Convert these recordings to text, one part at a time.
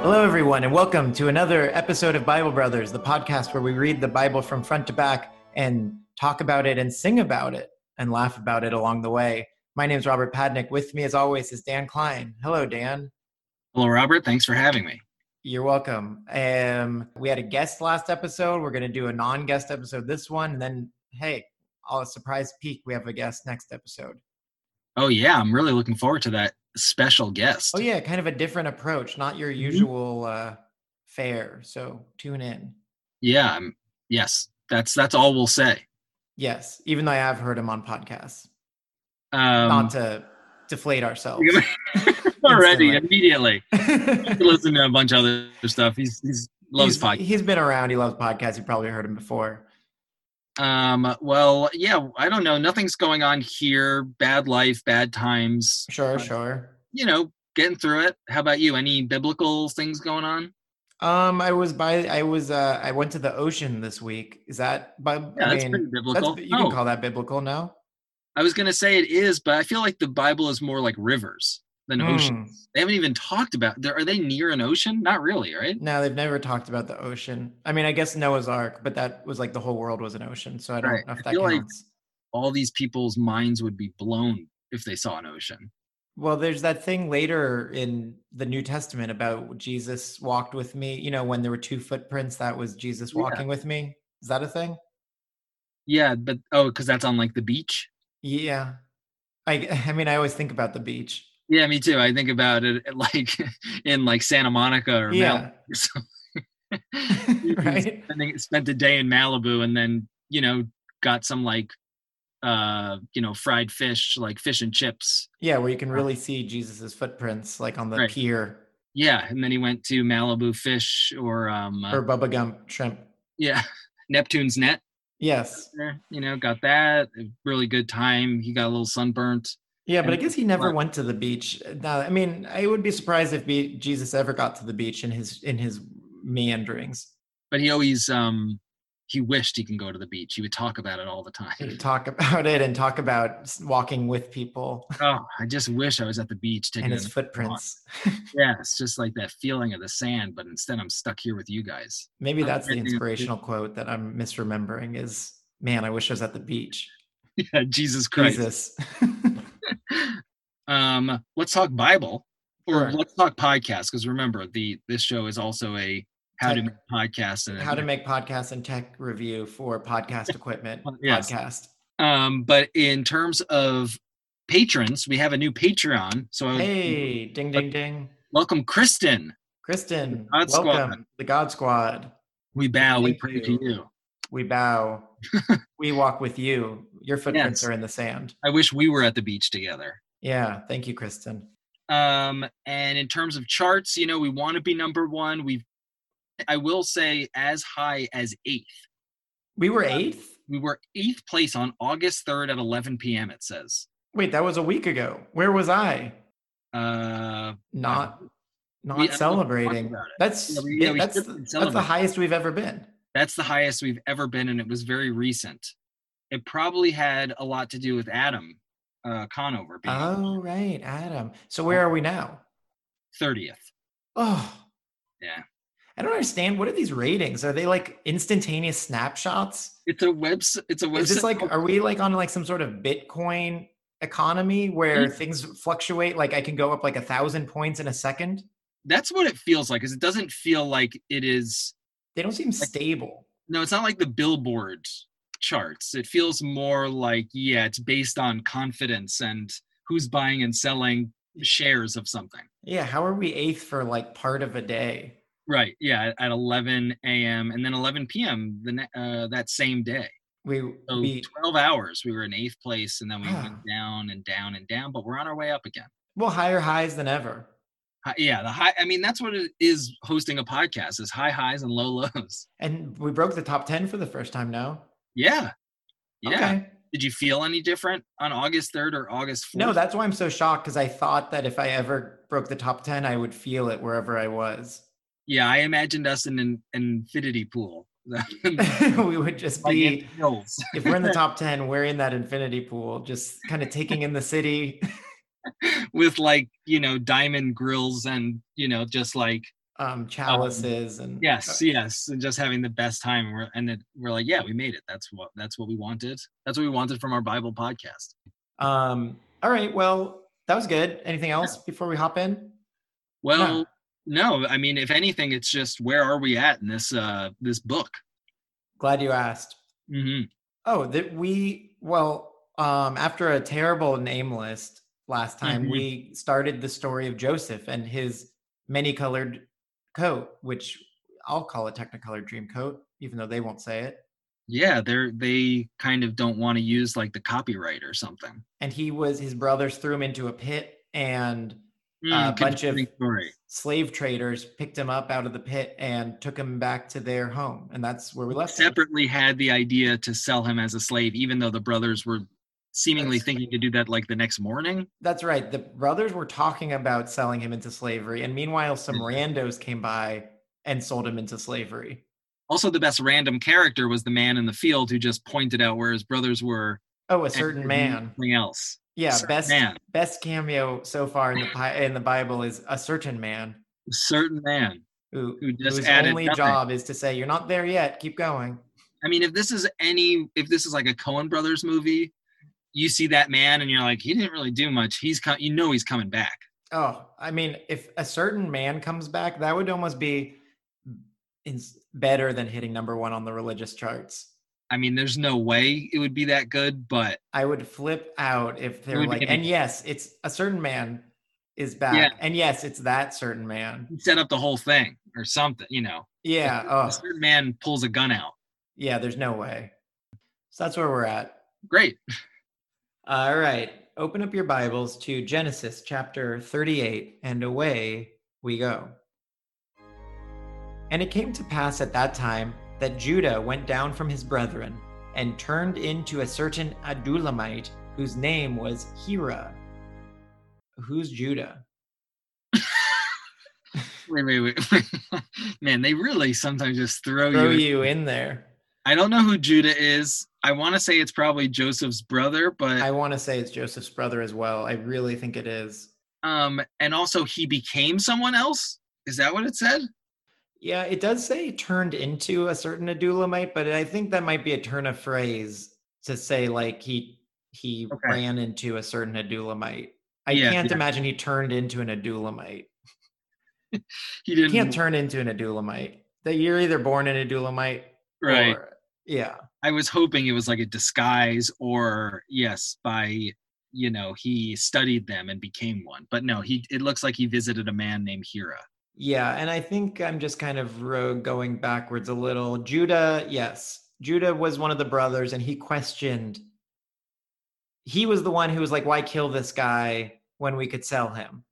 Hello, everyone, and welcome to another episode of Bible Brothers, the podcast where we read the Bible from front to back and talk about it and sing about it and laugh about it along the way. My name is Robert Padnick. With me, as always, is Dan Klein. Hello, Dan. Hello, Robert. Thanks for having me. You're welcome. Um, we had a guest last episode. We're going to do a non guest episode this one. And then, hey, all a surprise peek, we have a guest next episode. Oh, yeah. I'm really looking forward to that special guest. Oh yeah, kind of a different approach, not your usual uh, fare. So tune in. Yeah. I'm, yes. That's that's all we'll say. Yes, even though I have heard him on podcasts, Um, not to deflate ourselves. already instantly. immediately. he Listen to a bunch of other stuff. He's he's loves he's, podcasts. He's been around. He loves podcasts. You probably heard him before. Um. Well, yeah. I don't know. Nothing's going on here. Bad life. Bad times. Sure, Fine. sure. You know, getting through it. How about you? Any biblical things going on? Um, I was by. I was. Uh, I went to the ocean this week. Is that? By, Yeah, I that's mean, pretty biblical. that's- you oh, can call that biblical now. I was gonna say it is, but I feel like the Bible is more like rivers than Hmm. oceans. They haven't even talked about. There, are they near an ocean? Not really, right? No, they've never talked about the ocean. I mean, I guess Noah's Ark, but that was like the whole world was an ocean. So I don't Right. know if I that feel like- counts. All these people's minds would be blown if they saw an ocean. Well, there's that thing later in the New Testament about Jesus walked with me. You know, when there were two footprints, that was Jesus Yeah. walking with me. Is that a thing? Yeah, but oh, because that's on like the beach. Yeah. I I mean, I always think about the beach. Yeah, me too. I think about it at, like in like Santa Monica or Malibu. Yeah. Or something. You right. spending- spent a day in Malibu and then you know got some like uh you know fried fish like fish and chips Yeah, where you can really see Jesus's footprints, like on the Right. pier Yeah, and then he went to Malibu Fish or um, uh, or Bubba Gump shrimp. yeah, Neptune's Net. Yes. there, You know, got that a really good time. He got a little sunburnt. Yeah, but I And guess he never what- went to the beach. Now, I mean, I would be surprised if be- Jesus ever got to the beach in his in his meanderings. But he always um he wished he can go to the beach. He would talk about it all the time. He'd talk about it and talk about s- walking with people oh, I just wish I was at the beach taking and his a- footprints. Yeah, it's just like that feeling of the sand, but instead I'm stuck here with you guys. Maybe I'm that's the getting a bit- inspirational quote that I'm misremembering is man, I wish I was at the beach. Yeah, Jesus Christ. Jesus. um let's talk bible or Sure. let's talk podcast because remember the this show is also a how to Tech- make podcast and How to make podcasts and tech review for podcast equipment Yes. podcast. um but in terms of patrons we have a new patreon so I would Hey, ding ding ding. welcome kristen Kristen, God Squad. welcome. The God Squad. we bow we Thank pray to you. you We bow. we walk with you. Your footprints Yes. are in the sand. i wish we were at the beach together Yeah. Thank you, Kristen. um and in terms of charts you know we want to be number one we've i will say as high as eighth We were eighth? we were eighth place on august 3rd at 11 p.m it says Wait, that was a week ago. Where was I? uh Not not We- I don't know if we talked celebrating. about it. That's Yeah, we- bi- yeah, we that's should that's the celebrate. highest we've ever been. That's the highest we've ever been, and it was very recent. It probably had a lot to do with Adam uh, Conover being Oh right, Adam. So where are we now? 30th. Oh. Yeah. I don't understand. What are these ratings? Are they like instantaneous snapshots? It's a webs. It's a website. Is this like are we like on like some sort of Bitcoin economy where Mm-hmm. things fluctuate? Like I can go up like a thousand points in a second. That's what it feels like. Is it doesn't feel like it is. They don't seem stable. No, it's not like the Billboard charts. It feels more like yeah, it's based on confidence and who's buying and selling shares of something. Yeah, how are we eighth for like part of a day? Right. Yeah. At 11 a.m. and then 11 p.m. the ne- uh, that same day. We So we 12 hours, we were in eighth place, and then we Wow. went down and down and down, but we're on our way up again. well higher highs than ever. Hi- Yeah, the high. I mean, that's what it is. Hosting a podcast is high highs and low lows. And we broke the top ten for the first time now. Yeah, yeah. Okay. Did you feel any different on August third or August fourth? No, that's why I'm so shocked because I thought that if I ever broke the top ten, I would feel it wherever I was. yeah. I imagined us in an infinity pool. Like we would just be in hills. if we're in the top 10 we're in that infinity pool just kind of taking in the city with like you know diamond grills and you know just like um, chalices and Yes, yes, and just having the best time. And We're, and then we're like, yeah, we made it. That's what that's what we wanted. That's what we wanted from our Bible podcast. Um, all right. Well, that was good. Anything else before we hop in? Well, no, I mean, if anything, it's just where are we at in this uh this book? Glad you asked. hmm Oh, that we well, um, after a terrible name list last time, Mhm. we started the story of Joseph and his many-colored coat, which I'll call a technicolor dream coat, even though they won't say it. Yeah, they're they kind of don't want to use like the copyright or something. And he was his brothers threw him into a pit, and Mm, bunch of- confusing story. slave traders picked him up out of the pit and took him back to their home, and that's where we left him. separately had the idea to sell him as a slave, even though the brothers were seemingly That's- thinking to do that like the next morning. That's right. The brothers were talking about selling him into slavery, and meanwhile, some randos came by and sold him into slavery. Also, the best random character was the man in the field who just pointed out where his brothers were. Oh, a and certain did man. Nothing else. Yeah, certain best man. best cameo so far in the pi- in the Bible is a certain man A certain man who who just whose added only nothing. job is to say, "You're not there yet. Keep going." I mean, if this is any, if this is like a Cohen Brothers movie, you see that man and you're like, he didn't really do much. He's co- you know he's coming back. Oh, I mean, if a certain man comes back, that would almost be in- better than hitting number one on the religious charts. I mean, there's no way it would be that good, but I would flip out if they're would like, be- and yes, it's a certain man is back, Yeah. and yes, it's that certain man. he set up the whole thing or something. You know, Yeah, a oh, certain man pulls a gun out. yeah. There's no way. So that's where we're at. Great. All right. Open up your Bibles to Genesis chapter 38, and away we go. And it came to pass at that time that Judah went down from his brethren and turned into a certain Adulamite whose name was Hira. Who's Judah? Wait, wait, wait. wait. Man, they really sometimes just throw, Throw Oh, you. you in there. I don't know who Judah is. I want to say it's probably Joseph's brother, but I want to say it's Joseph's brother as well. I really think it is. um, and also he became someone else. Is that what it said? Yeah, it does say turned into a certain Adulamite, but I think that might be a turn of phrase to say like he he Okay. ran into a certain Adulamite. I Yeah, can't yeah. imagine he turned into an Adulamite. He You didn't. can't turn into an Adulamite. That you're either born an Adulamite right. or yeah. I was hoping it was like a disguise, or yes, by you know he studied them and became one. But no, he. It looks like he visited a man named Hira. Yeah, and I think I'm just kind of ro- going backwards a little. Judah, yes. Judah was one of the brothers and he questioned he was the one who was like why kill this guy when we could sell him?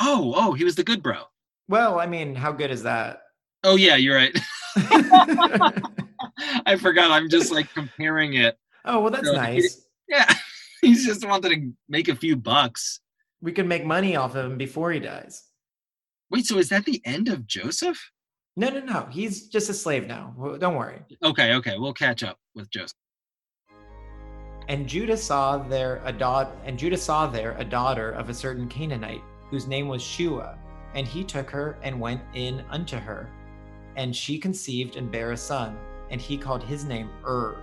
Oh, oh, he was the good bro. Well, I mean, how good is that? Oh yeah, you're right. I forgot. I'm just like comparing it oh, well, that's No, it- nice. Yeah. He's just wanted to make a few bucks. We could make money off of him before he dies. Wait, so is that the end of Joseph? No, no, no. He's just a slave now. Well, Don't worry. Okay, okay. We'll catch up with Joseph. And Judah saw there a daughter, and Judah saw there a daughter of a certain Canaanite, whose name was Shua, and he took her and went in unto her, and she conceived and bare a son, and he called his name Er.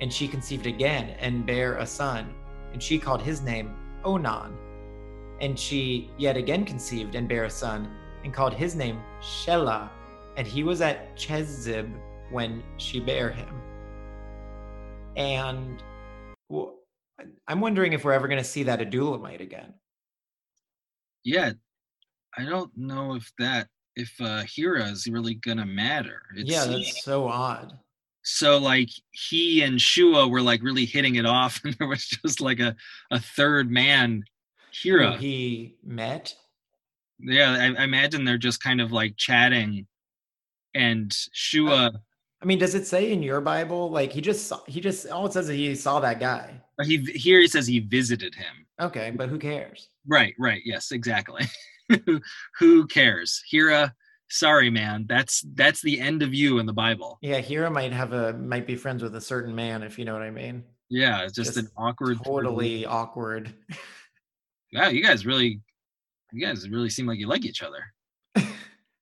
And she conceived again and bare a son, and she called his name Onan. And she yet again conceived and bare a son, and called his name Shelah, and he was at Chezib when she bare him. And well, I- I'm wondering if we're ever going to see that Adulamite again. Yeah. I don't know if that if uh Hira is really gonna matter. It yeah, seems- that's so odd. so like he and Shua were like really hitting it off and there was just like a, a third man Who Hira. Oh, He met. yeah, I, I imagine they're just kind of like chatting and Shua I mean, does it say in your Bible like he just saw, he just all it says is he saw that guy? he here he says he visited him. Okay, but who cares? Right, right. Yes, exactly. Who- Who cares? Hira, sorry man, that's that's the end of you in the Bible. Yeah, Hira might have a might be friends with a certain man if you know what I mean. Yeah, it's just, an Just awkward Totally awkward. Wow, you guys really you guys really seem like you like each other.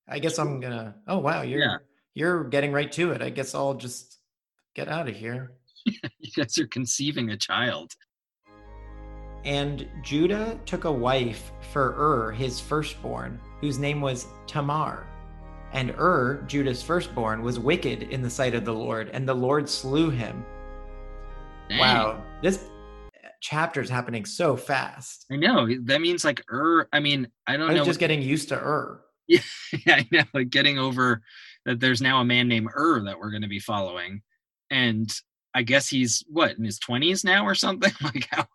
I guess I'm gonna. Oh wow, you're Yeah. you're getting right to it. I guess I'll just get out of here. you guys are conceiving a child. And Judah took a wife for Ur, his firstborn, whose name was Tamar. And Ur, Judah's firstborn, was wicked in the sight of the Lord, and the Lord slew him. Dang. Wow, this chapter is happening so fast. I know. That means like Ur. I mean, I don't I know. was just getting used to Ur. yeah, I know. Like getting over that there's now a man named Ur that we're going to be following, and I guess he's what in his twenties now or something. Like how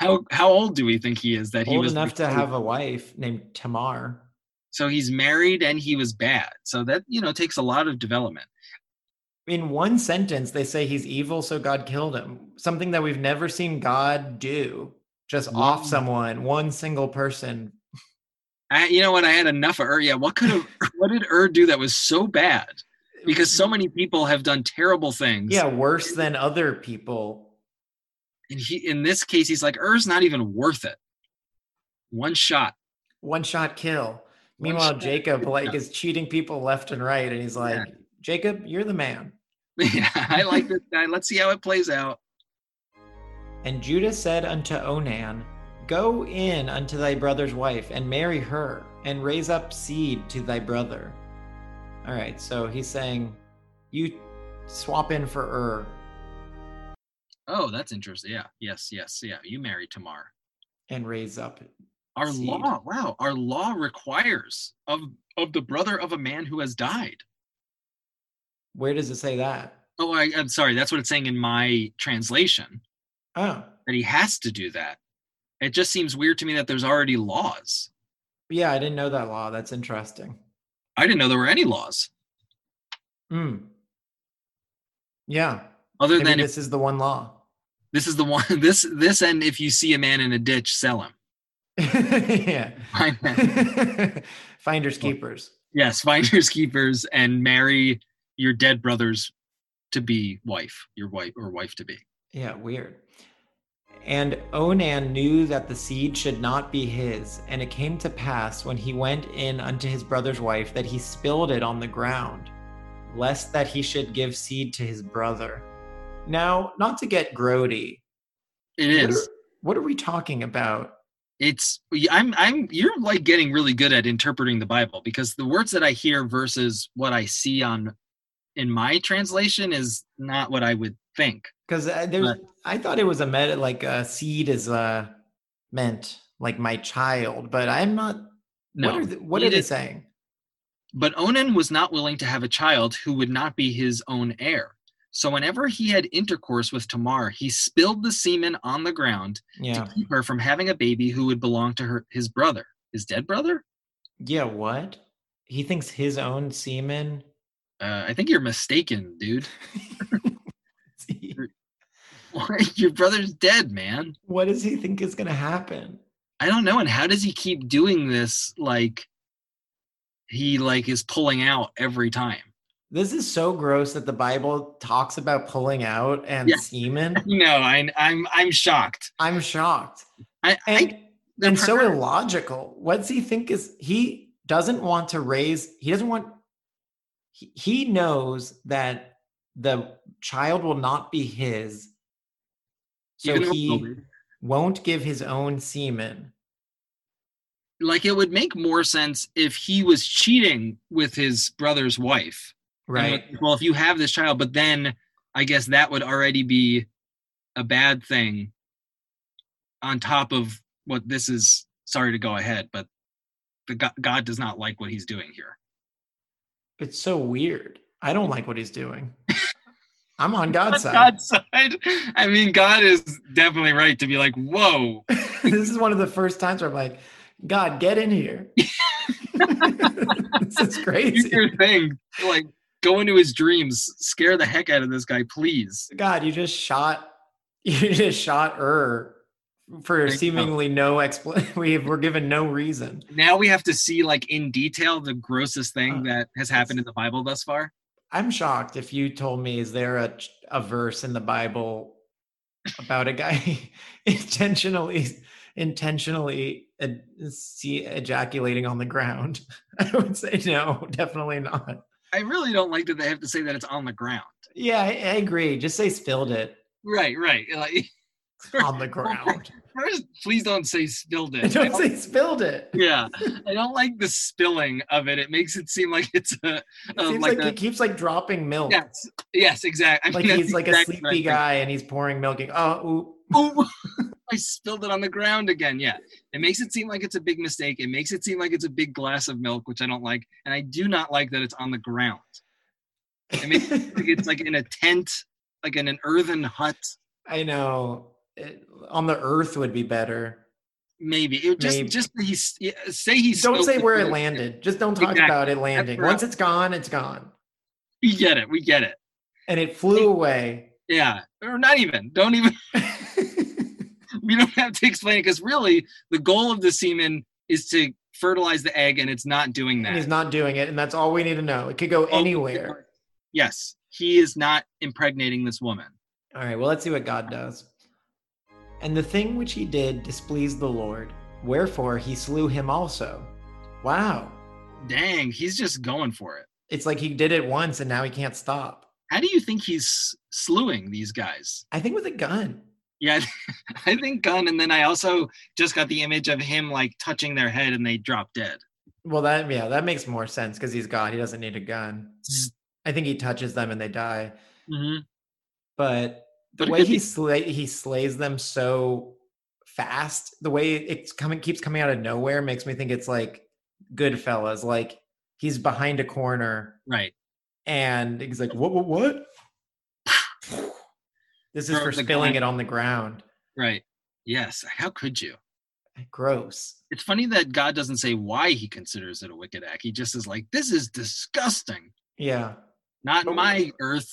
how how old do we think he is that he Old was enough to recruited? have a wife named Tamar. So he's married and he was bad. So that you know takes a lot of development. In one sentence, they say he's evil, so God killed him. Something that we've never seen God do. Just off Yeah. someone, one single person. I, you know what? I had enough of Ur. Yeah, what could have what did Ur do that was so bad? Because so many people have done terrible things. Mm. Yeah, worse than other people. and he in this case he's like Ur's not even worth it. One shot. One shot kill. One Meanwhile, shot Jacob kill. like is cheating people left and right, and he's like, Yeah. "Jacob, you're the man." yeah, I like this guy. Let's see how it plays out. And Judah said unto Onan, Go in unto thy brother's wife and marry her, and raise up seed to thy brother. All right, so he's saying, You swap in for Ur. Oh, that's interesting. Yeah, yes, yes, yeah. You marry Tamar. and raise up. Our Seed. law, wow, our law requires of of the brother of a man who has died. Where does it say that? Oh, I, I'm sorry. That's what it's saying in my translation Oh, that he has to do that. It just seems weird to me that there's already laws. yeah, I didn't know that law. That's interesting. I didn't know there were any laws Hmm. Yeah, other maybe than if this is the one law. this is the one this this and if you see a man in a ditch, sell him. yeah. Find that. Finders keepers. yes, finders keepers and marry your dead brother's to be wife, your wife or wife to be. Yeah, weird. And Onan knew that the seed should not be his. And it came to pass when he went in unto his brother's wife that he spilled it on the ground, lest that he should give seed to his brother. Now, not to get grody, It What is. are- what are we talking about? It's I'm I'm you're like getting really good at interpreting the Bible because the words that I hear versus what I see on in my translation is not what I would think. Because uh, there's, I thought it was a meta, like a seed is uh, meant like my child, but I'm not. No. What are the, what he are they did- saying? But Onan was not willing to have a child who would not be his own heir. So whenever he had intercourse with Tamar, he spilled the semen on the ground Yeah, to keep her from having a baby who would belong to her his brother, his dead brother. yeah. What? He thinks his own semen. Uh, I think you're mistaken, dude. See, Your brother's dead, man. what does he think is going to happen? I don't know. And how does he keep doing this? Like he like is pulling out every time. This is so gross that the Bible talks about pulling out and Yeah. semen. No, I, I'm I'm shocked. I'm shocked. I, And I and so Uh-huh. illogical. What does he think is he doesn't want to raise? He doesn't want. He, he knows that the child will not be his, so even though- he won't give his own semen. like it would make more sense if he was cheating with his brother's wife. And, Right. like, well, if you have this child, but then I guess that would already be a bad thing on top of what this is. Sorry to go ahead, but the God, God does not like what he's doing here. It's so weird. I don't like what he's doing. I'm on God's side. God's side. I mean, God is definitely right to be like, whoa. this is one of the first times where I'm like, God, get in here. this is Do crazy. your thing. Like, go into his dreams, scare the heck out of this guy, please. God, you just shot, you just shot her for I know. seemingly no explanation. We were given no reason. now we have to see like in detail the grossest thing Uh, that has happened in the Bible thus far. I'm shocked if you told me, is there a, ch- a verse in the Bible about a guy intentionally, intentionally ed- see ejaculating on the ground. I would say no, definitely not. I really don't like that they have to say that it's on the ground. Yeah, I, I agree. Just say spilled it Right, right. Like, on the ground. first, please don't say spilled it. I Don't don't- say spilled it. yeah, I don't like the spilling of it. It makes it seem like it's a, It um, seems like, like a- he keeps like dropping milk. yes, yes, exactly. Like he's like a sleepy guy and he's pouring milk. And, oh, oop. Oh, I spilled it on the ground again. Yeah, it makes it seem like it's a big mistake. It makes it seem like it's a big glass of milk, which I don't like, and I do not like that it's on the ground. I mean, Like, it's like in a tent, like in an earthen hut. I know. It, on the earth would be better. Maybe it just Maybe. just that he's yeah, say he's Don't say where it landed. Just don't talk Exactly. about it landing. right. Once it's gone, it's gone. We get it. We get it. And it flew away. Yeah, or not even. Don't even. we don't have to explain it because really the goal of the semen is to fertilize the egg and it's not doing And he's that not doing it, and that's all we need to know. It could go anywhere. yes he is not impregnating this woman All right, well, let's see what God does. And the thing which he did displeased the Lord, wherefore he slew him also. Wow. dang he's just going for it It's like he did it once and now he can't stop. how do you think he's slewing these guys I think with a gun. yeah i think gun and then i also just got the image of him like touching their head and they drop dead Well, that, yeah, that makes more sense because he's God. He doesn't need a gun. I think he touches them and they die. Mhm. But Mm-hmm. the But it way could he be- slay, he slays them so fast the way it's coming keeps coming out of nowhere makes me think it's like goodfellas like he's behind a corner right and he's like what what what this is Throws for the spilling it gun. on the ground right yes how could you gross it's funny that God doesn't say why he considers it a wicked act. He just is like, this is disgusting. yeah Not But we- my earth.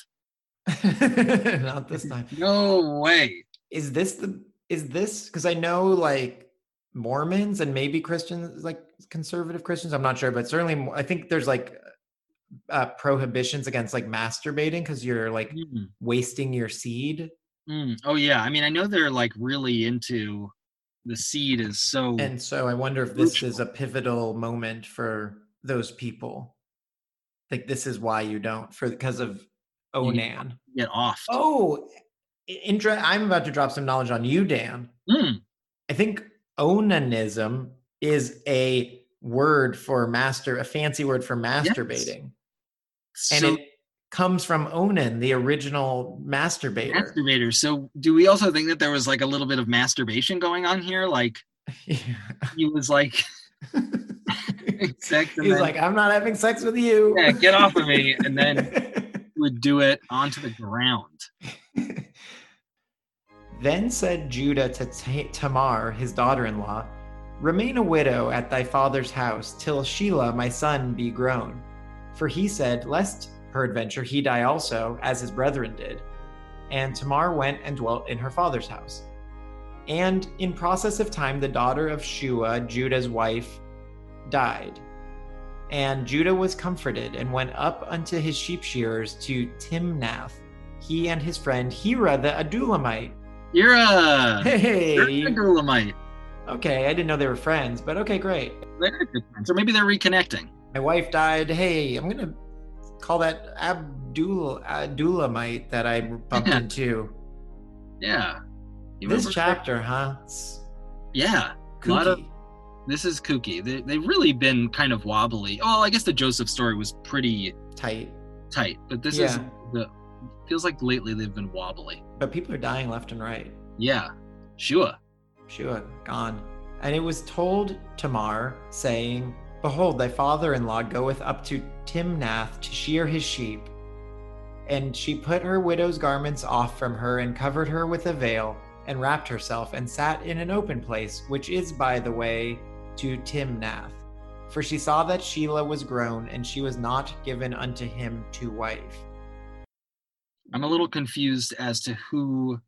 not this time No way. is this the is this because i know like mormons and maybe christians like conservative christians i'm not sure but certainly mo- i think there's like uh prohibitions against like masturbating because you're like Mm, wasting your seed mm. Oh, yeah. I mean, I know they're like really into the seed is so. and so i wonder if this is a pivotal moment for those people like this is why you don't for because of onan get off. oh i- intra- i'm about to drop some knowledge on you dan Mm, I think onanism is a word for master, a fancy word for masturbating. And so, it comes from Onan, the original masturbator. masturbator. So, do we also think that there was like a little bit of masturbation going on here? Like, he was like, sex and He's then- like, I'm not having sex with you. yeah, get off of me. And then he would do it onto the ground. Then said Judah to Ta- Tamar, his daughter in law, Remain a widow at thy father's house till Shelah my son be grown. For he said, Lest peradventure he die also, as his brethren did. And Tamar went and dwelt in her father's house. And in process of time, the daughter of Shua, Judah's wife, died. And Judah was comforted and went up unto his sheep shearers to Timnath, he and his friend Hira the Adulamite. You're a. You're a Hey. Gulamite. Okay, I didn't know they were friends, but okay, great. They're good friends. Or maybe they're reconnecting. My wife died. Hey, I'm gonna call that Abdul Abdulamite that I bumped Yeah. into. Yeah. You This remember- chapter, huh? It's Yeah. Lot of- kooky. This is kooky. They, they've really been kind of wobbly. Oh, I guess the Joseph story was pretty tight. tight, but this is Yeah. the feels like lately they've been wobbly. But people are dying left and right. Yeah. Sure. Shua gone. And it was told Tamar, saying, Behold, thy father in law goeth up to Timnath to shear his sheep. And she put her widow's garments off from her, and covered her with a veil, and wrapped herself, and sat in an open place, which is by the way to Timnath. For she saw that Shelah was grown, and she was not given unto him to wife. I'm a little confused as to who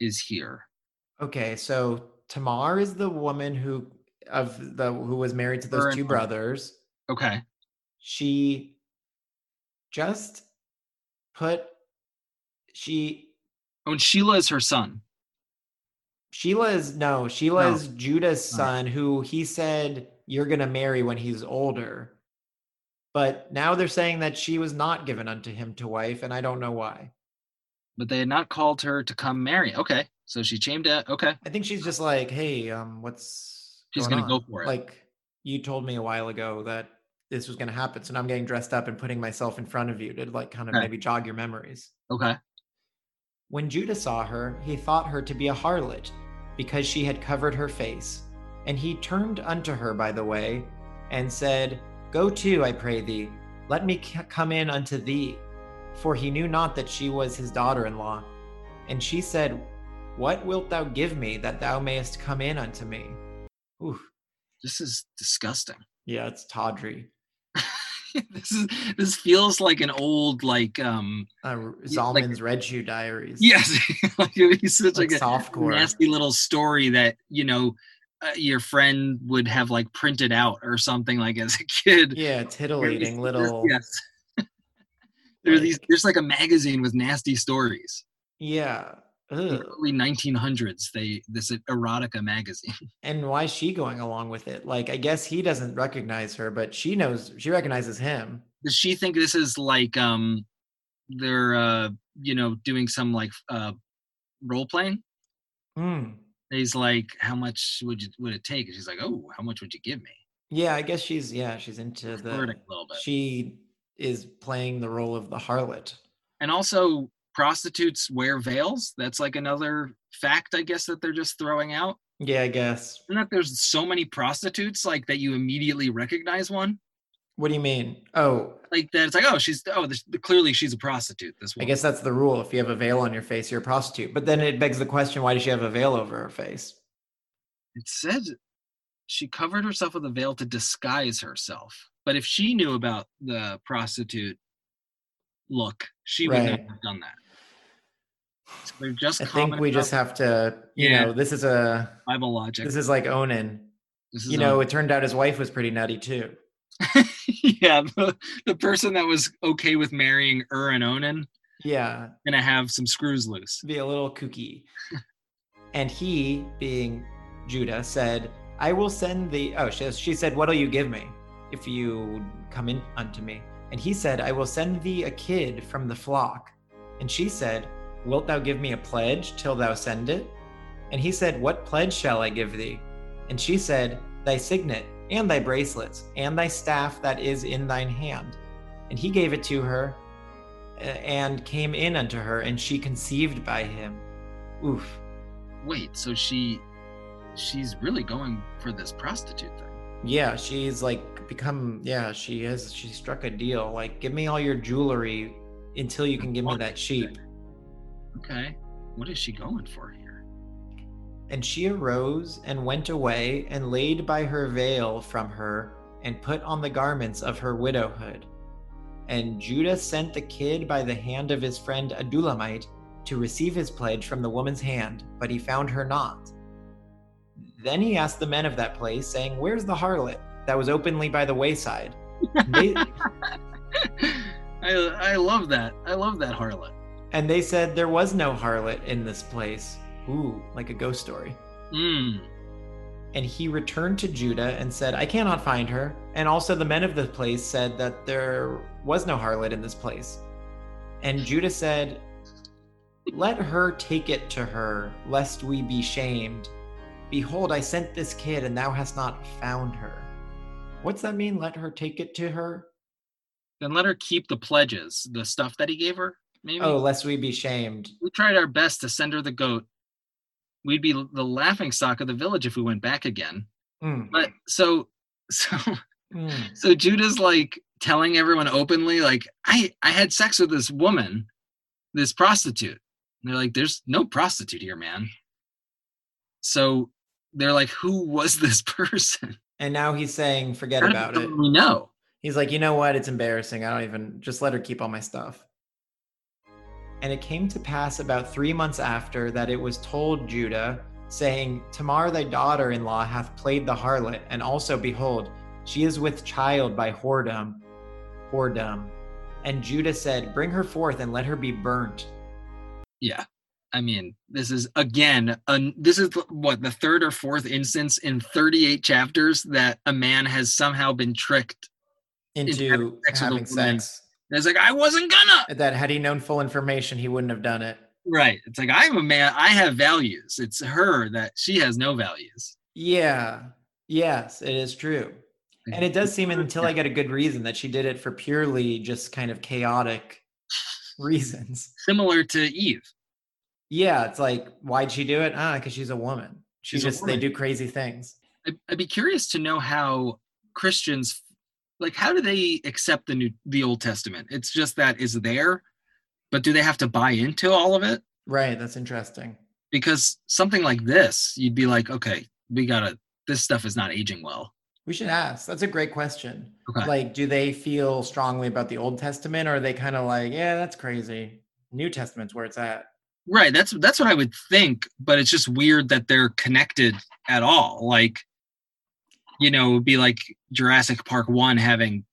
is here. Okay, so Tamar is the woman who of the who was married to Her those and two her. brothers. Okay. she just put she Oh, and Sheila is her son. Sheila is no, Sheila No. is Judah's No. son, who he said you're gonna marry when he's older. But now they're saying that she was not given unto him to wife, and I don't know why. But they had not called her to come marry. Okay. So she came to okay. I think she's just like, hey, um, what's She's going gonna go on? for it. Like you told me a while ago that this was gonna happen, so now I'm getting dressed up and putting myself in front of you to like kind of Right. maybe jog your memories. Okay. When Judah saw her, he thought her to be a harlot, because she had covered her face. And he turned unto her by the way, and said, Go to, I pray thee, let me c- come in unto thee. For he knew not that she was his daughter in law. And she said, What wilt thou give me that thou mayest come in unto me? Ooh, This is disgusting. yeah, it's tawdry. this is this feels like an old like um Uh, Yeah, like- Zalman's Red Shoe Diaries. yes like it's such like, like a softcore. nasty little story that you know uh, your friend would have like printed out or something like as a kid Yeah, titillating There's- there's- little. yes there's like- these there's like a magazine with nasty stories Yeah. In the Ugh. early 1900s they this erotica magazine and why is she going along with it like i guess he doesn't recognize her but she knows she recognizes him does she think this is like um they're uh you know doing some like uh role playing Hmm. he's like, "How much would you would it take?" And she's like, "Oh, how much would you give me?" yeah i guess she's yeah she's into the Flirting a little bit, she is playing the role of the harlot and also prostitutes wear veils. That's like another fact, I guess, that they're just throwing out. yeah i guess And that there's so many prostitutes like that you immediately recognize one, what do you mean oh like that it's like, "Oh, she's oh, this, clearly she's a prostitute." This i one, guess that's the rule if you have a veil on your face you're a prostitute but then it begs the question why does she have a veil over her face it says she covered herself with a veil to disguise herself. But if she knew about the prostitute look, she would not Right. have done that. So they're just i think common we enough- just have to you Yeah. know this is a Bible logic. this is like onan This is you a- know it turned out his wife was pretty nutty too yeah, the, the person that was okay with marrying Ur and Onan yeah gonna have some screws loose. to be a little kooky. and he, being Judah, said, I will send thee. Oh, she, she said, What'll you give me if you come in unto me? And he said, I will send thee a kid from the flock. And she said, Wilt thou give me a pledge till thou send it? And he said, What pledge shall I give thee? And she said, Thy signet, and thy bracelets, and thy staff that is in thine hand. And he gave it to her, a- and came in unto her, and she conceived by him. Oof. Wait, so she, she's really going for this prostitute thing. Yeah, she's like become. Yeah, she is. She struck a deal. Like, give me all your jewelry until you can give me that sheep. Okay, what is she going for here? And she arose and went away and laid by her veil from her and put on the garments of her widowhood. And Judah sent the kid by the hand of his friend Adulamite to receive his pledge from the woman's hand, but he found her not. Then he asked the men of that place, saying, Where's the harlot that was openly by the wayside? And they, I I love that. I love that harlot. and they said, There was no harlot in this place. Ooh, like a ghost story. Mm. And he returned to Judah and said, I cannot find her. And also the men of the place said that there was no harlot in this place. And Judah said, Let her take it to her, lest we be shamed. Behold, I sent this kid, and thou hast not found her. What's that mean? Let her take it to her? Then let her keep the pledges, the stuff that he gave her. Maybe Oh, lest we be shamed. we tried our best to send her the goat. We'd be the laughing stock of the village if we went back again. Mm, But so so mm. so Judah's like telling everyone openly, like, I I had sex with this woman, this prostitute. And they're like, There's no prostitute here, man. So they're like, Who was this person? And now he's saying, Forget How did about it. someone We know. He's like, you know what? It's embarrassing. I don't even just let her keep all my stuff. And it came to pass about three months after that it was told Judah, saying, Tamar thy daughter in law hath played the harlot, and also behold, she is with child by whoredom. Whoredom. And Judah said, Bring her forth and let her be burnt. Yeah. I mean, this is again, an, this is what the third or fourth instance in 38 chapters that a man has somehow been tricked. into having having sex sex. with a woman. And it's like I wasn't gonna. That had he known full information, he wouldn't have done it. Right. It's like I'm a man. I have values. It's her that she has no values. Yeah. Yes, it is true. And it does seem until I get a good reason that she did it for purely just kind of chaotic reasons. similar to Eve. Yeah, it's like why'd she do it? Ah, because she's a woman. She She's a just woman. they do crazy things. I- I'd be curious to know how Christians, like, how do they accept the new, the Old Testament? It's just that is there, but do they have to buy into all of it? Right. That's interesting. Because something like this, you'd be like, okay, we gotta. This stuff is not aging well. We should ask. That's a great question. Okay. Like, do they feel strongly about the Old Testament, or are they kind of like, yeah, that's crazy? New Testament's where it's at. Right. That's that's what I would think, but it's just weird that they're connected at all. Like, you know, it would be like Jurassic Park one having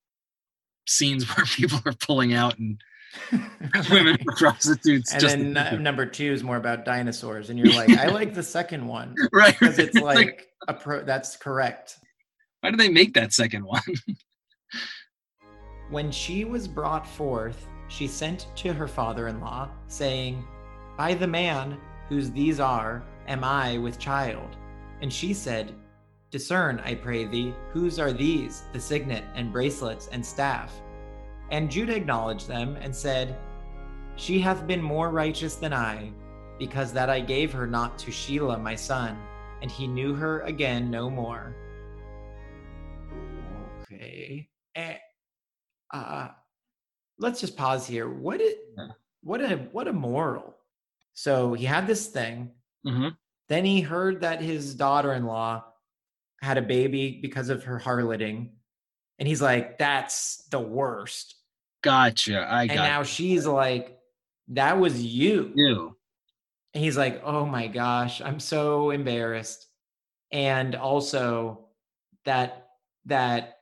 scenes where people are pulling out and women are prostitutes. and just then uh, nu- number two is more about dinosaurs, and you're like, I like the second one right? because it's It's like- like a pro. That's correct. Why did they make that second one? When she was brought forth, she sent to her father in law, saying, By the man whose these are, am I with child. And she said, Discern, I pray thee, whose are these, the signet and bracelets and staff. And Judah acknowledged them and said, She hath been more righteous than I, because that I gave her not to Shelah my son, and he knew her again no more. Okay. Eh uh let's just pause here what it Yeah. what a what a moral so he had this thing Mm-hmm. then he heard that his daughter-in-law had a baby because of her harloting and he's like that's the worst Gotcha. I and got now she's like that was you you. and he's like, "Oh my gosh, I'm so embarrassed." And also that that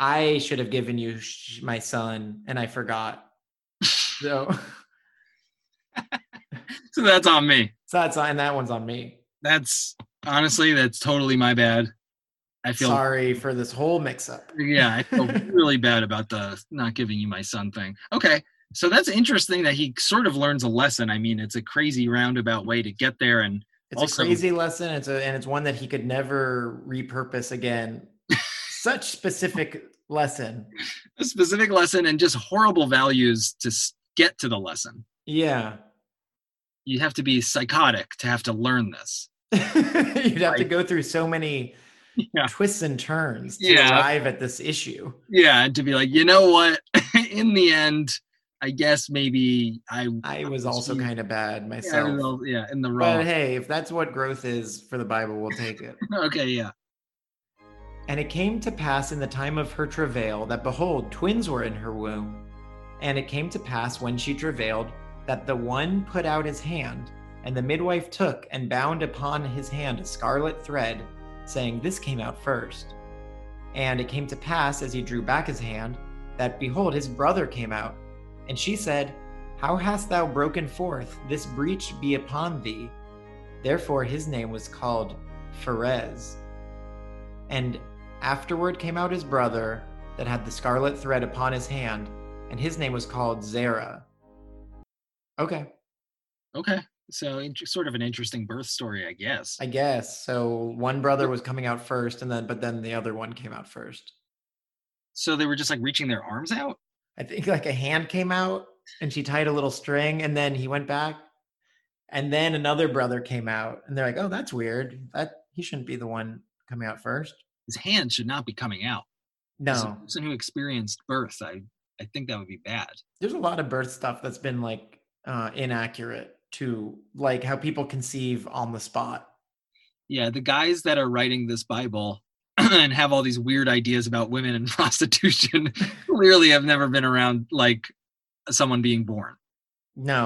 I should have given you sh- my son and I forgot. So, So that's on me. so that's and that one's on me. That's honestly, that's totally my bad. I feel Sorry for this whole mix up. yeah, I feel really bad about the not giving you my son thing. Okay. So that's interesting that he sort of learns a lesson. I mean, it's a crazy roundabout way to get there and It's Also- a crazy lesson. It's a and it's one that he could never repurpose again. Such specific lesson. a specific lesson and just horrible values to s- get to the lesson. Yeah. You have to be psychotic to have to learn this. You'd have to Like- go through so many Yeah. twists and turns to Yeah. arrive at this issue. yeah and to be like you know what in the end i guess maybe i I was also Jeez. kind of bad yeah, I don't myself. know, yeah in the But wrong hey, if that's what growth is for the Bible, we'll take it. okay yeah and it came to pass in the time of her travail that behold, twins were in her womb. And it came to pass when she travailed that the one put out his hand, and the midwife took and bound upon his hand a scarlet thread, saying, This came out first. And it came to pass as he drew back his hand that behold, his brother came out. And she said, How hast thou broken forth? This breach be upon thee. Therefore his name was called Pharez. And afterward came out his brother that had the scarlet thread upon his hand, and his name was called Zerah. Okay, okay so int- sort of an interesting birth story i guess I guess. So one brother was coming out first, and then but then the other one came out first. so they were just like reaching their arms out I think like a hand came out and she tied a little string and then he went back. And then another brother came out and they're like, "Oh, that's weird. That he shouldn't be the one coming out first. his hand should not be coming out As a No. person who experienced birth i i think that would be bad There's a lot of birth stuff that's been like uh inaccurate to like how people conceive on the spot. yeah the guys that are writing this bible and have all these weird ideas about women and prostitution clearly have never been around like someone being born No.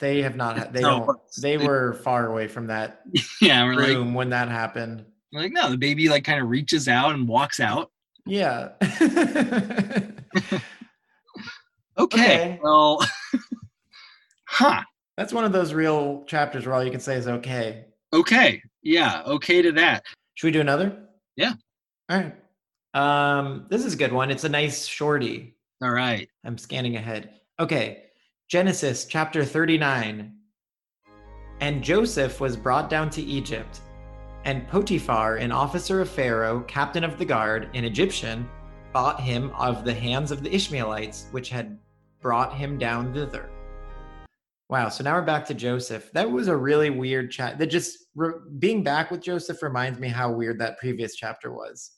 They have not ha- they No, don't they they- were far away from that yeah we're like room when that happened. Like, no, the baby like kind of reaches out and walks out. Yeah. Okay. Okay. Well, huh. That's one of those real chapters where all you can say is okay. Okay. Yeah. Okay to that. Should we do another? Yeah. All right. Um, this is a good one. It's a nice shorty. All right. I'm scanning ahead. Okay. Genesis chapter 39. And Joseph was brought down to Egypt, and Potiphar, an officer of Pharaoh, captain of the guard, an Egyptian, bought him of the hands of the Ishmaelites, which had brought him down thither. Wow. So now we're back to Joseph. That was a really weird chat. That just re- being back with Joseph reminds me how weird that previous chapter was.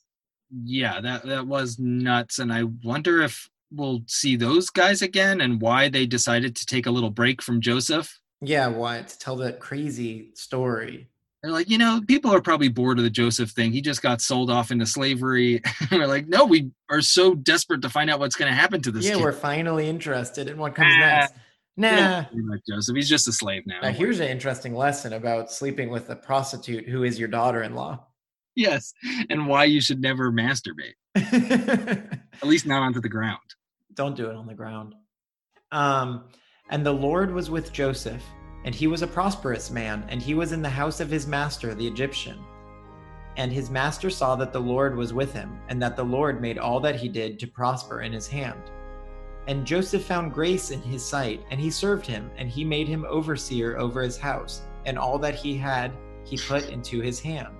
Yeah, that that was nuts and I wonder if we'll see those guys again and why they decided to take a little break from Joseph. Yeah, why to tell that crazy story? They're like, you know, people are probably bored of the Joseph thing. He just got sold off into slavery. we're like, no, we are so desperate to find out what's going to happen to this. yeah, kid. we're finally interested in what comes Ah, next. We don't Nah. care about Joseph. He's just a slave now. Now here's an interesting lesson about sleeping with a prostitute who is your daughter-in-law. yes, and why you should never masturbate, Don't at least not onto the ground. do it on the ground. Um, and the Lord was with Joseph, and he was a prosperous man, and he was in the house of his master, the Egyptian. And his master saw that the Lord was with him, and that the Lord made all that he did to prosper in his hand. And Joseph found grace in his sight, and he served him, and he made him overseer over his house, and all that he had he put into his hand.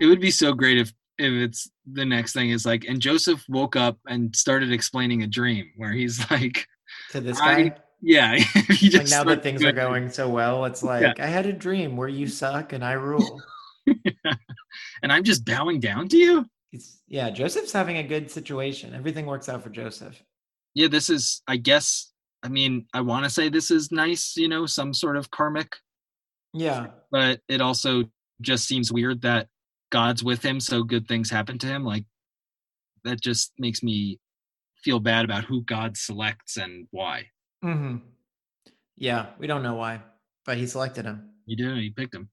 It would be so great if if it's the next thing is like, and Joseph woke up and started explaining a dream where he's like, to this guy. I- yeah, he like just now starts that things are doing- going so well, it's like I had a dream where you suck and I rule. and I'm just bowing down to you. It's, yeah, Joseph's having a good situation. Everything works out for Joseph. yeah, this is, I guess, I mean, I want to say this is nice, you know, some sort of karmic, Yeah, but it also just seems weird that God's with him, so good things happen to him. Like, that just makes me feel bad about who God selects and why. hmm yeah. We don't know why, but he selected him. You do, you picked him.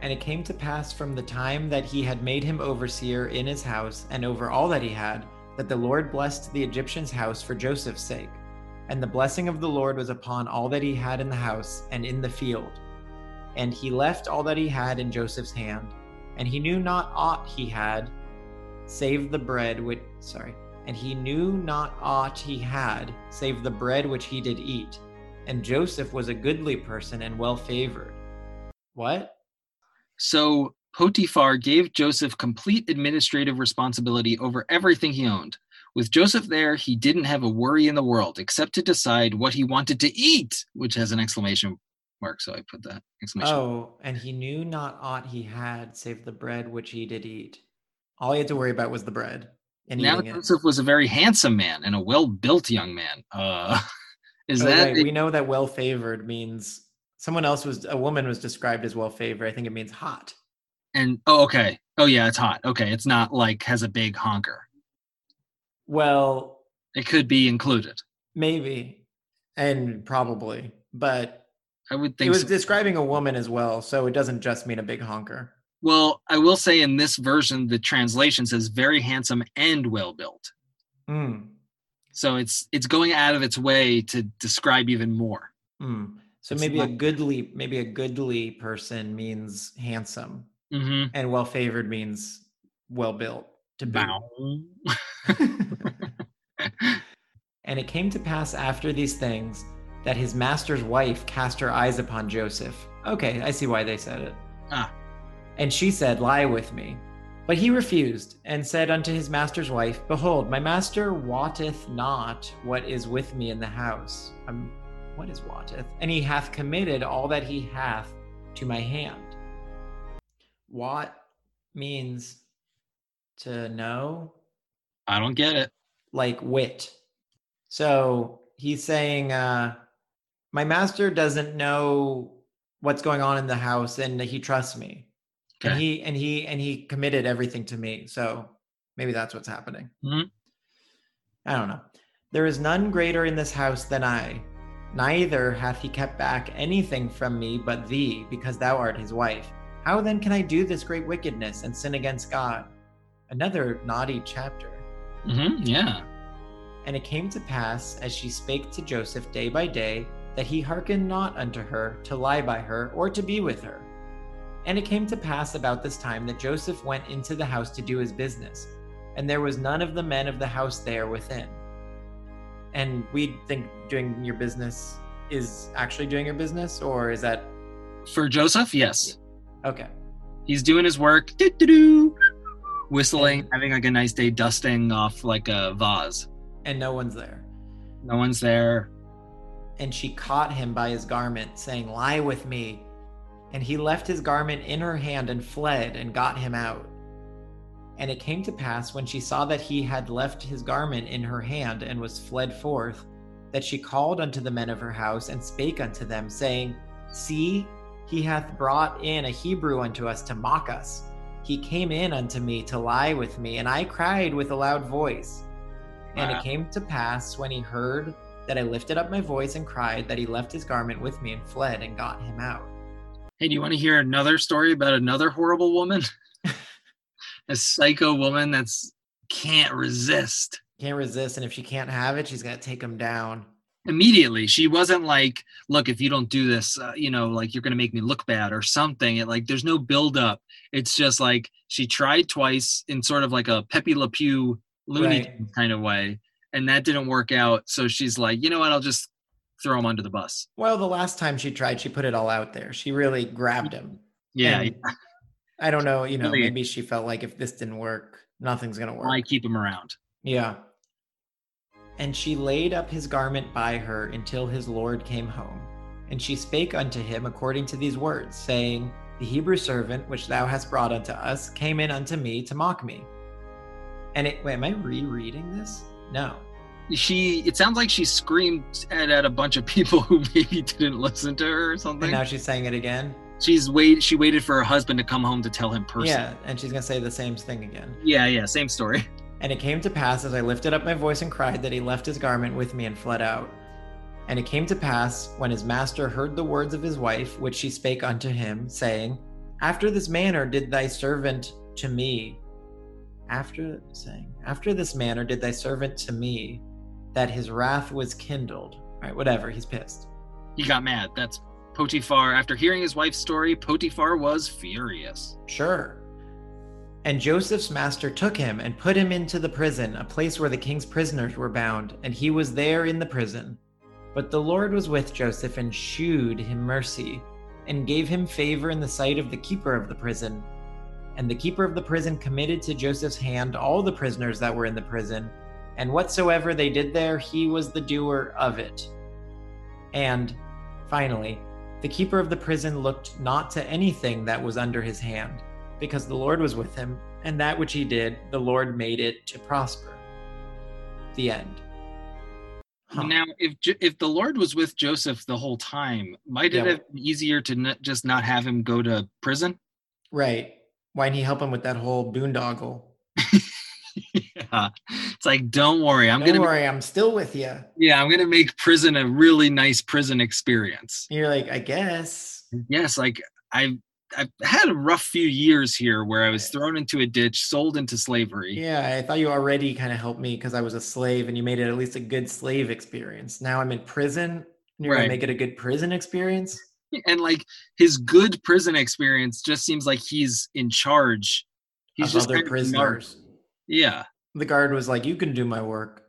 And it came to pass from the time that he had made him overseer in his house and over all that he had, that the Lord blessed the Egyptian's house for Joseph's sake. And the blessing of the Lord was upon all that he had in the house and in the field. And he left all that he had in Joseph's hand, and he knew not aught he had, save the bread which sorry, and he knew not aught he had, save the bread which he did eat. And Joseph was a goodly person and well favored. What? So Potiphar gave Joseph complete administrative responsibility over everything he owned. With Joseph there, he didn't have a worry in the world except to decide what he wanted to eat, which has an exclamation mark. So I put that exclamation. Oh, and he knew not aught he had save the bread which he did eat. All he had to worry about was the bread and now eating it. Joseph was a very handsome man and a well-built young man. Uh, is Oh, that wait, we know that well favored means someone else was a woman was described as well favored. I think it means hot. and oh okay oh yeah it's hot okay it's not like has a big honker Well, it could be included maybe and probably, but I would think it was so. describing a woman as well, so it doesn't just mean a big honker. Well, I will say in this version, the translation says very handsome and well built. Mm, So it's it's going out of its way to describe even more. mm. So It's maybe a not- goodly, maybe a goodly person means handsome, Mm-hmm. and well favored means well built. To boot. Wow. and it came to pass after these things that his master's wife cast her eyes upon Joseph. Okay, I see why they said it. Ah. And she said, Lie with me. But he refused and said unto his master's wife, Behold, my master wotteth not what is with me in the house. Um, what is wotteth? And he hath committed all that he hath to my hand. Wot means to know, I don't get it. like wit. So he's saying, uh, my master doesn't know what's going on in the house and he trusts me. And Okay. he and he and he committed everything to me. So maybe that's what's happening. Mhm. I don't know. There is none greater in this house than I. Neither hath he kept back anything from me but thee, because thou art his wife. How then can I do this great wickedness and sin against God? Another naughty chapter. hmm Yeah. And it came to pass, as she spake to Joseph day by day, that he hearkened not unto her to lie by her or to be with her. And it came to pass about this time that Joseph went into the house to do his business, and there was none of the men of the house there within. And we think doing your business is actually doing your business, or is that For Joseph, yes. okay? He's doing his work, doo-doo-doo, whistling, having like a nice day, dusting off like a vase. And no one's there. No one's there. And she caught him by his garment, saying, Lie with me. And he left his garment in her hand and fled and got him out. And it came to pass when she saw that he had left his garment in her hand and was fled forth, that she called unto the men of her house and spake unto them, saying, See, he hath brought in a Hebrew unto us to mock us. He came in unto me to lie with me, and I cried with a loud voice. And Wow. it came to pass when he heard that I lifted up my voice and cried that he left his garment with me and fled and got him out. Hey, do you want to hear another story about another horrible woman? a psycho woman that's can't resist. Can't resist, and if she can't have it, she's gonna take him down. immediately she wasn't like look if you don't do this uh, you know like you're gonna make me look bad or something it like there's no build up it's just like she tried twice in sort of like a pepe le pew looney Right. Tunes kind of way and that didn't work out so she's like you know what i'll just throw him under the bus Well, the last time she tried, she put it all out there. She really grabbed him. yeah And I don't know, you know, Really- maybe she felt like if this didn't work, nothing's gonna work. why keep him around Yeah. And she laid up his garment by her until his Lord came home. And she spake unto him according to these words, saying, The Hebrew servant which thou hast brought unto us came in unto me to mock me. And it, wait, am I rereading this? No. she it sounds like she screamed at, at a bunch of people who maybe didn't listen to her or something And now she's saying it again. she's wait she waited for her husband to come home to tell him personally Yeah. And she's going to say the same thing again. yeah yeah same story And it came to pass as I lifted up my voice and cried that he left his garment with me and fled out. And it came to pass when his master heard the words of his wife, which she spake unto him, saying, After this manner did thy servant to me, after saying, After this manner did thy servant to me, that his wrath was kindled. All right, whatever, he's pissed. he got mad. That's Potiphar. After hearing his wife's story, Potiphar was furious. Sure. And Joseph's master took him and put him into the prison, a place where the king's prisoners were bound, and he was there in the prison. But the Lord was with Joseph and shewed him mercy, and gave him favor in the sight of the keeper of the prison. And the keeper of the prison committed to Joseph's hand all the prisoners that were in the prison, and whatsoever they did there, he was the doer of it. And finally, the keeper of the prison looked not to anything that was under his hand, because the Lord was with him, and that which he did, the Lord made it to prosper. The end. Huh. Now, if Jo- if the Lord was with Joseph the whole time, might it Yeah. have been easier to n- just not have him go to prison? Right. Why didn't he help him with that whole boondoggle? yeah. It's like, don't worry, I'm Don't gonna worry, I'm still with you. yeah, I'm gonna make prison a really nice prison experience. And you're like, I guess. Yes, like I've I've had a rough few years here where I was thrown into a ditch, sold into slavery. Yeah, I thought you already kind of helped me because I was a slave and you made it at least a good slave experience. Now I'm in prison and you're Right. going to make it a good prison experience? and like his good prison experience just seems like he's in charge. He's of just other kind of in charge. prisoners. Yeah, The guard was like, You can do my work.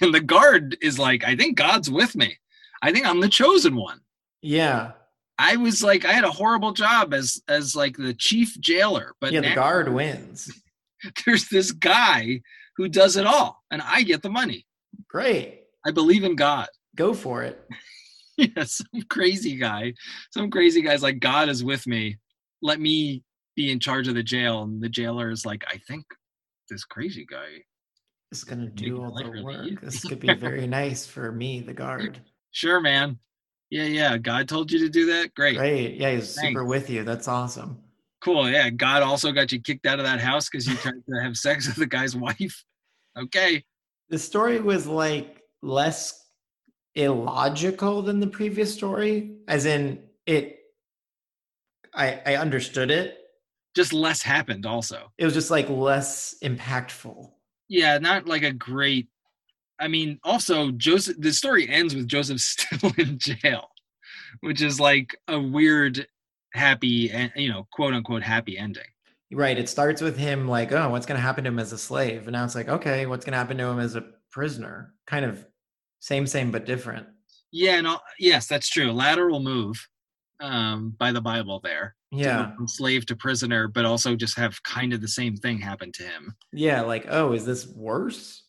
and the guard is like, I think God's with me. I think I'm the chosen one. Yeah. I was like, I had a horrible job as as like the chief jailer, but yeah, now the guard wins. there's this guy who does it all, and I get the money. Great. I believe in God. Go for it. yeah, some crazy guy, some crazy guy's like, God is with me. Let me be in charge of the jail, and the jailer is like, I think this crazy guy It's going to can do all the literally work. use This could be very nice for me, the guard. sure man yeah yeah god told you to do that great Great. Yeah, he's Thanks. super with you. That's awesome. cool yeah god also got you kicked out of that house because you tried to have sex with the guy's wife okay The story was like less illogical than the previous story, as in it. I I understood it. just less happened also It was just like less impactful. yeah not like a great I mean, also Joseph. The story ends with Joseph still in jail, which is like a weird, happy, and you know, quote unquote happy ending. Right. It starts with him like, oh, what's going to happen to him as a slave? And now it's like, okay, what's going to happen to him as a prisoner? Kind of same, same, but different. Yeah. No. Yes, that's true. Lateral move um, by the Bible there. Yeah. From slave to prisoner, but also just have kind of the same thing happen to him. Yeah. Like, oh, is this worse?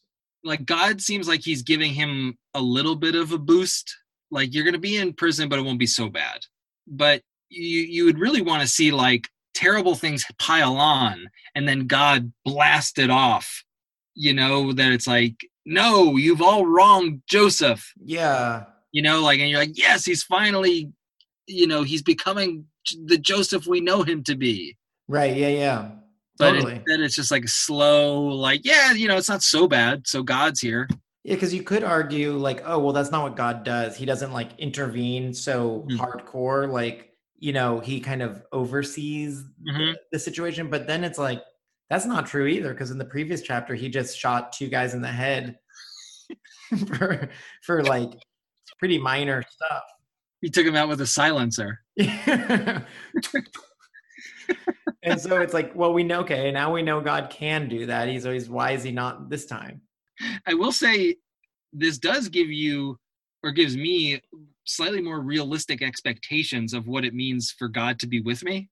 Like God seems like He's giving him a little bit of a boost. Like you're going to be in prison, but it won't be so bad. But you you would really want to see like terrible things pile on and then God blast it off. You know, that it's like, no, you've all wronged Joseph. Yeah. You know, like, and you're like, yes, he's finally, you know, he's becoming the Joseph we know him to be. Right. Yeah. Yeah. But Totally. instead, it's just like slow, like, yeah, you know, it's not so bad. So God's here. Yeah, because you could argue like, oh, well, that's not what God does. He doesn't like intervene so Mhm. hardcore. Like, you know, he kind of oversees Mhm. the situation. But then it's like, that's not true either. Because in the previous chapter, he just shot two guys in the head for for like pretty minor stuff. He took him out with a silencer. and so it's like, well, we know, okay, now we know God can do that. He's always, why is he not this time? I will say this does give you or gives me slightly more realistic expectations of what it means for God to be with me.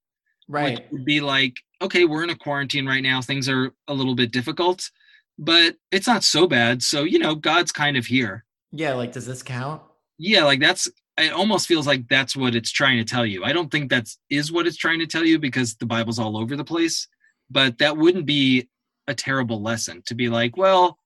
Right. Which would be like, okay, we're in a quarantine right now. Things are a little bit difficult, but it's not so bad. So, you know, God's kind of here. yeah. Like, does this count? Yeah, like that's it almost feels like that's what it's trying to tell you. I don't think that's is what it's trying to tell you because the Bible's all over the place, but that wouldn't be a terrible lesson to be like, well,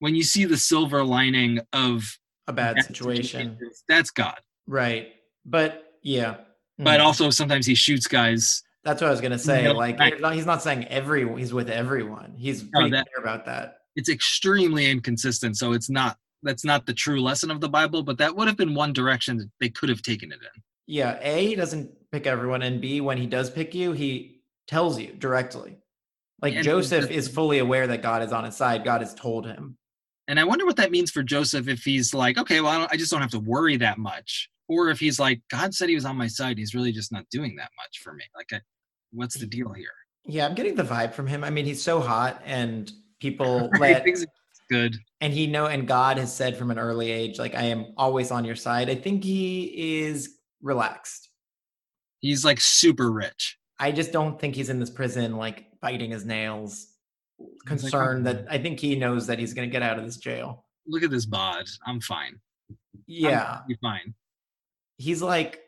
when you see the silver lining of A bad that situation. That's God. Right. But yeah. But Mm. also sometimes he shoots guys. that's what I was gonna say. No, like right. you're not- he's not saying every he's with everyone. He's No, pretty that- clear about that. It's extremely inconsistent. So it's not that's not the true lesson of the Bible, but that would have been one direction that they could have taken it in. Yeah. A he doesn't pick everyone, and B, when he does pick you, he tells you directly. Like And- Joseph is fully aware that God is on his side. God has told him. And I wonder what that means for Joseph if he's like, okay, well, I, don't, I just don't have to worry that much, or if he's like, God said he was on my side, he's really just not doing that much for me. Like, I, what's the deal here? Yeah, I'm getting the vibe from him. I mean, he's so hot and people Right? let Things are good. and he know and God has said from an early age, like I am always on your side. I think he is relaxed. He's like super rich. I just don't think he's in this prison like biting his nails, He's like, concerned "Oh, that I think he knows that he's going to get out of this jail. look at this bod. I'm fine. I'm Yeah. totally fine. he's like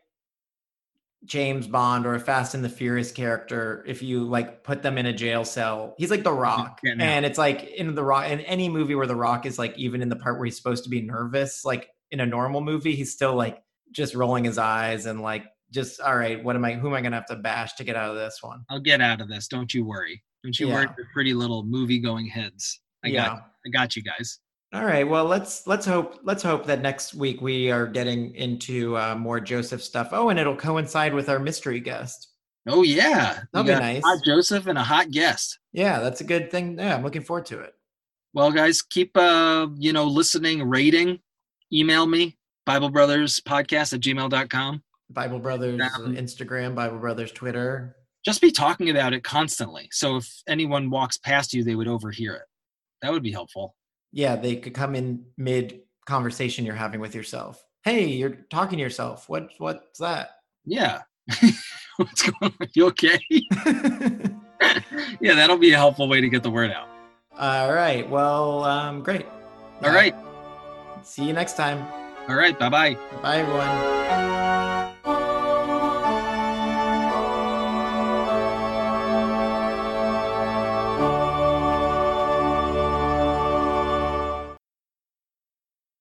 James Bond or a Fast and the Furious character if you like put them in a jail cell. He's like The Rock. getting out. And it's like in The Rock in any movie where The Rock is like even in the part where he's supposed to be nervous, like in a normal movie, he's still like just rolling his eyes and like just all right, what am I who am I going to have to bash to get out of this one? I'll get out of this. Don't you worry. Don't you worry, Yeah. your pretty little movie going heads. I got I got you guys. All right. Well, let's let's hope let's hope that next week we are getting into uh, more Joseph stuff. Oh, and it'll coincide with our mystery guest. Oh yeah. That'll We be got nice. a Hot Joseph and a hot guest. Yeah, that's a good thing. Yeah, I'm looking forward to it. Well guys, keep uh, you know, listening, rating, email me, Bible Brothers Podcast at gmail.com. Bible Brothers uh, Um, Instagram, Bible Brothers Twitter. Just be talking about it constantly. So if anyone walks past you, they would overhear it. That would be helpful. Yeah, they could come in mid conversation you're having with yourself. Hey, you're talking to yourself. What what's that? Yeah. What's going on? You okay? yeah, that'll be a helpful way to get the word out. All right. Well, um, great. All right. See you next time. All right. Bye bye. Bye, everyone.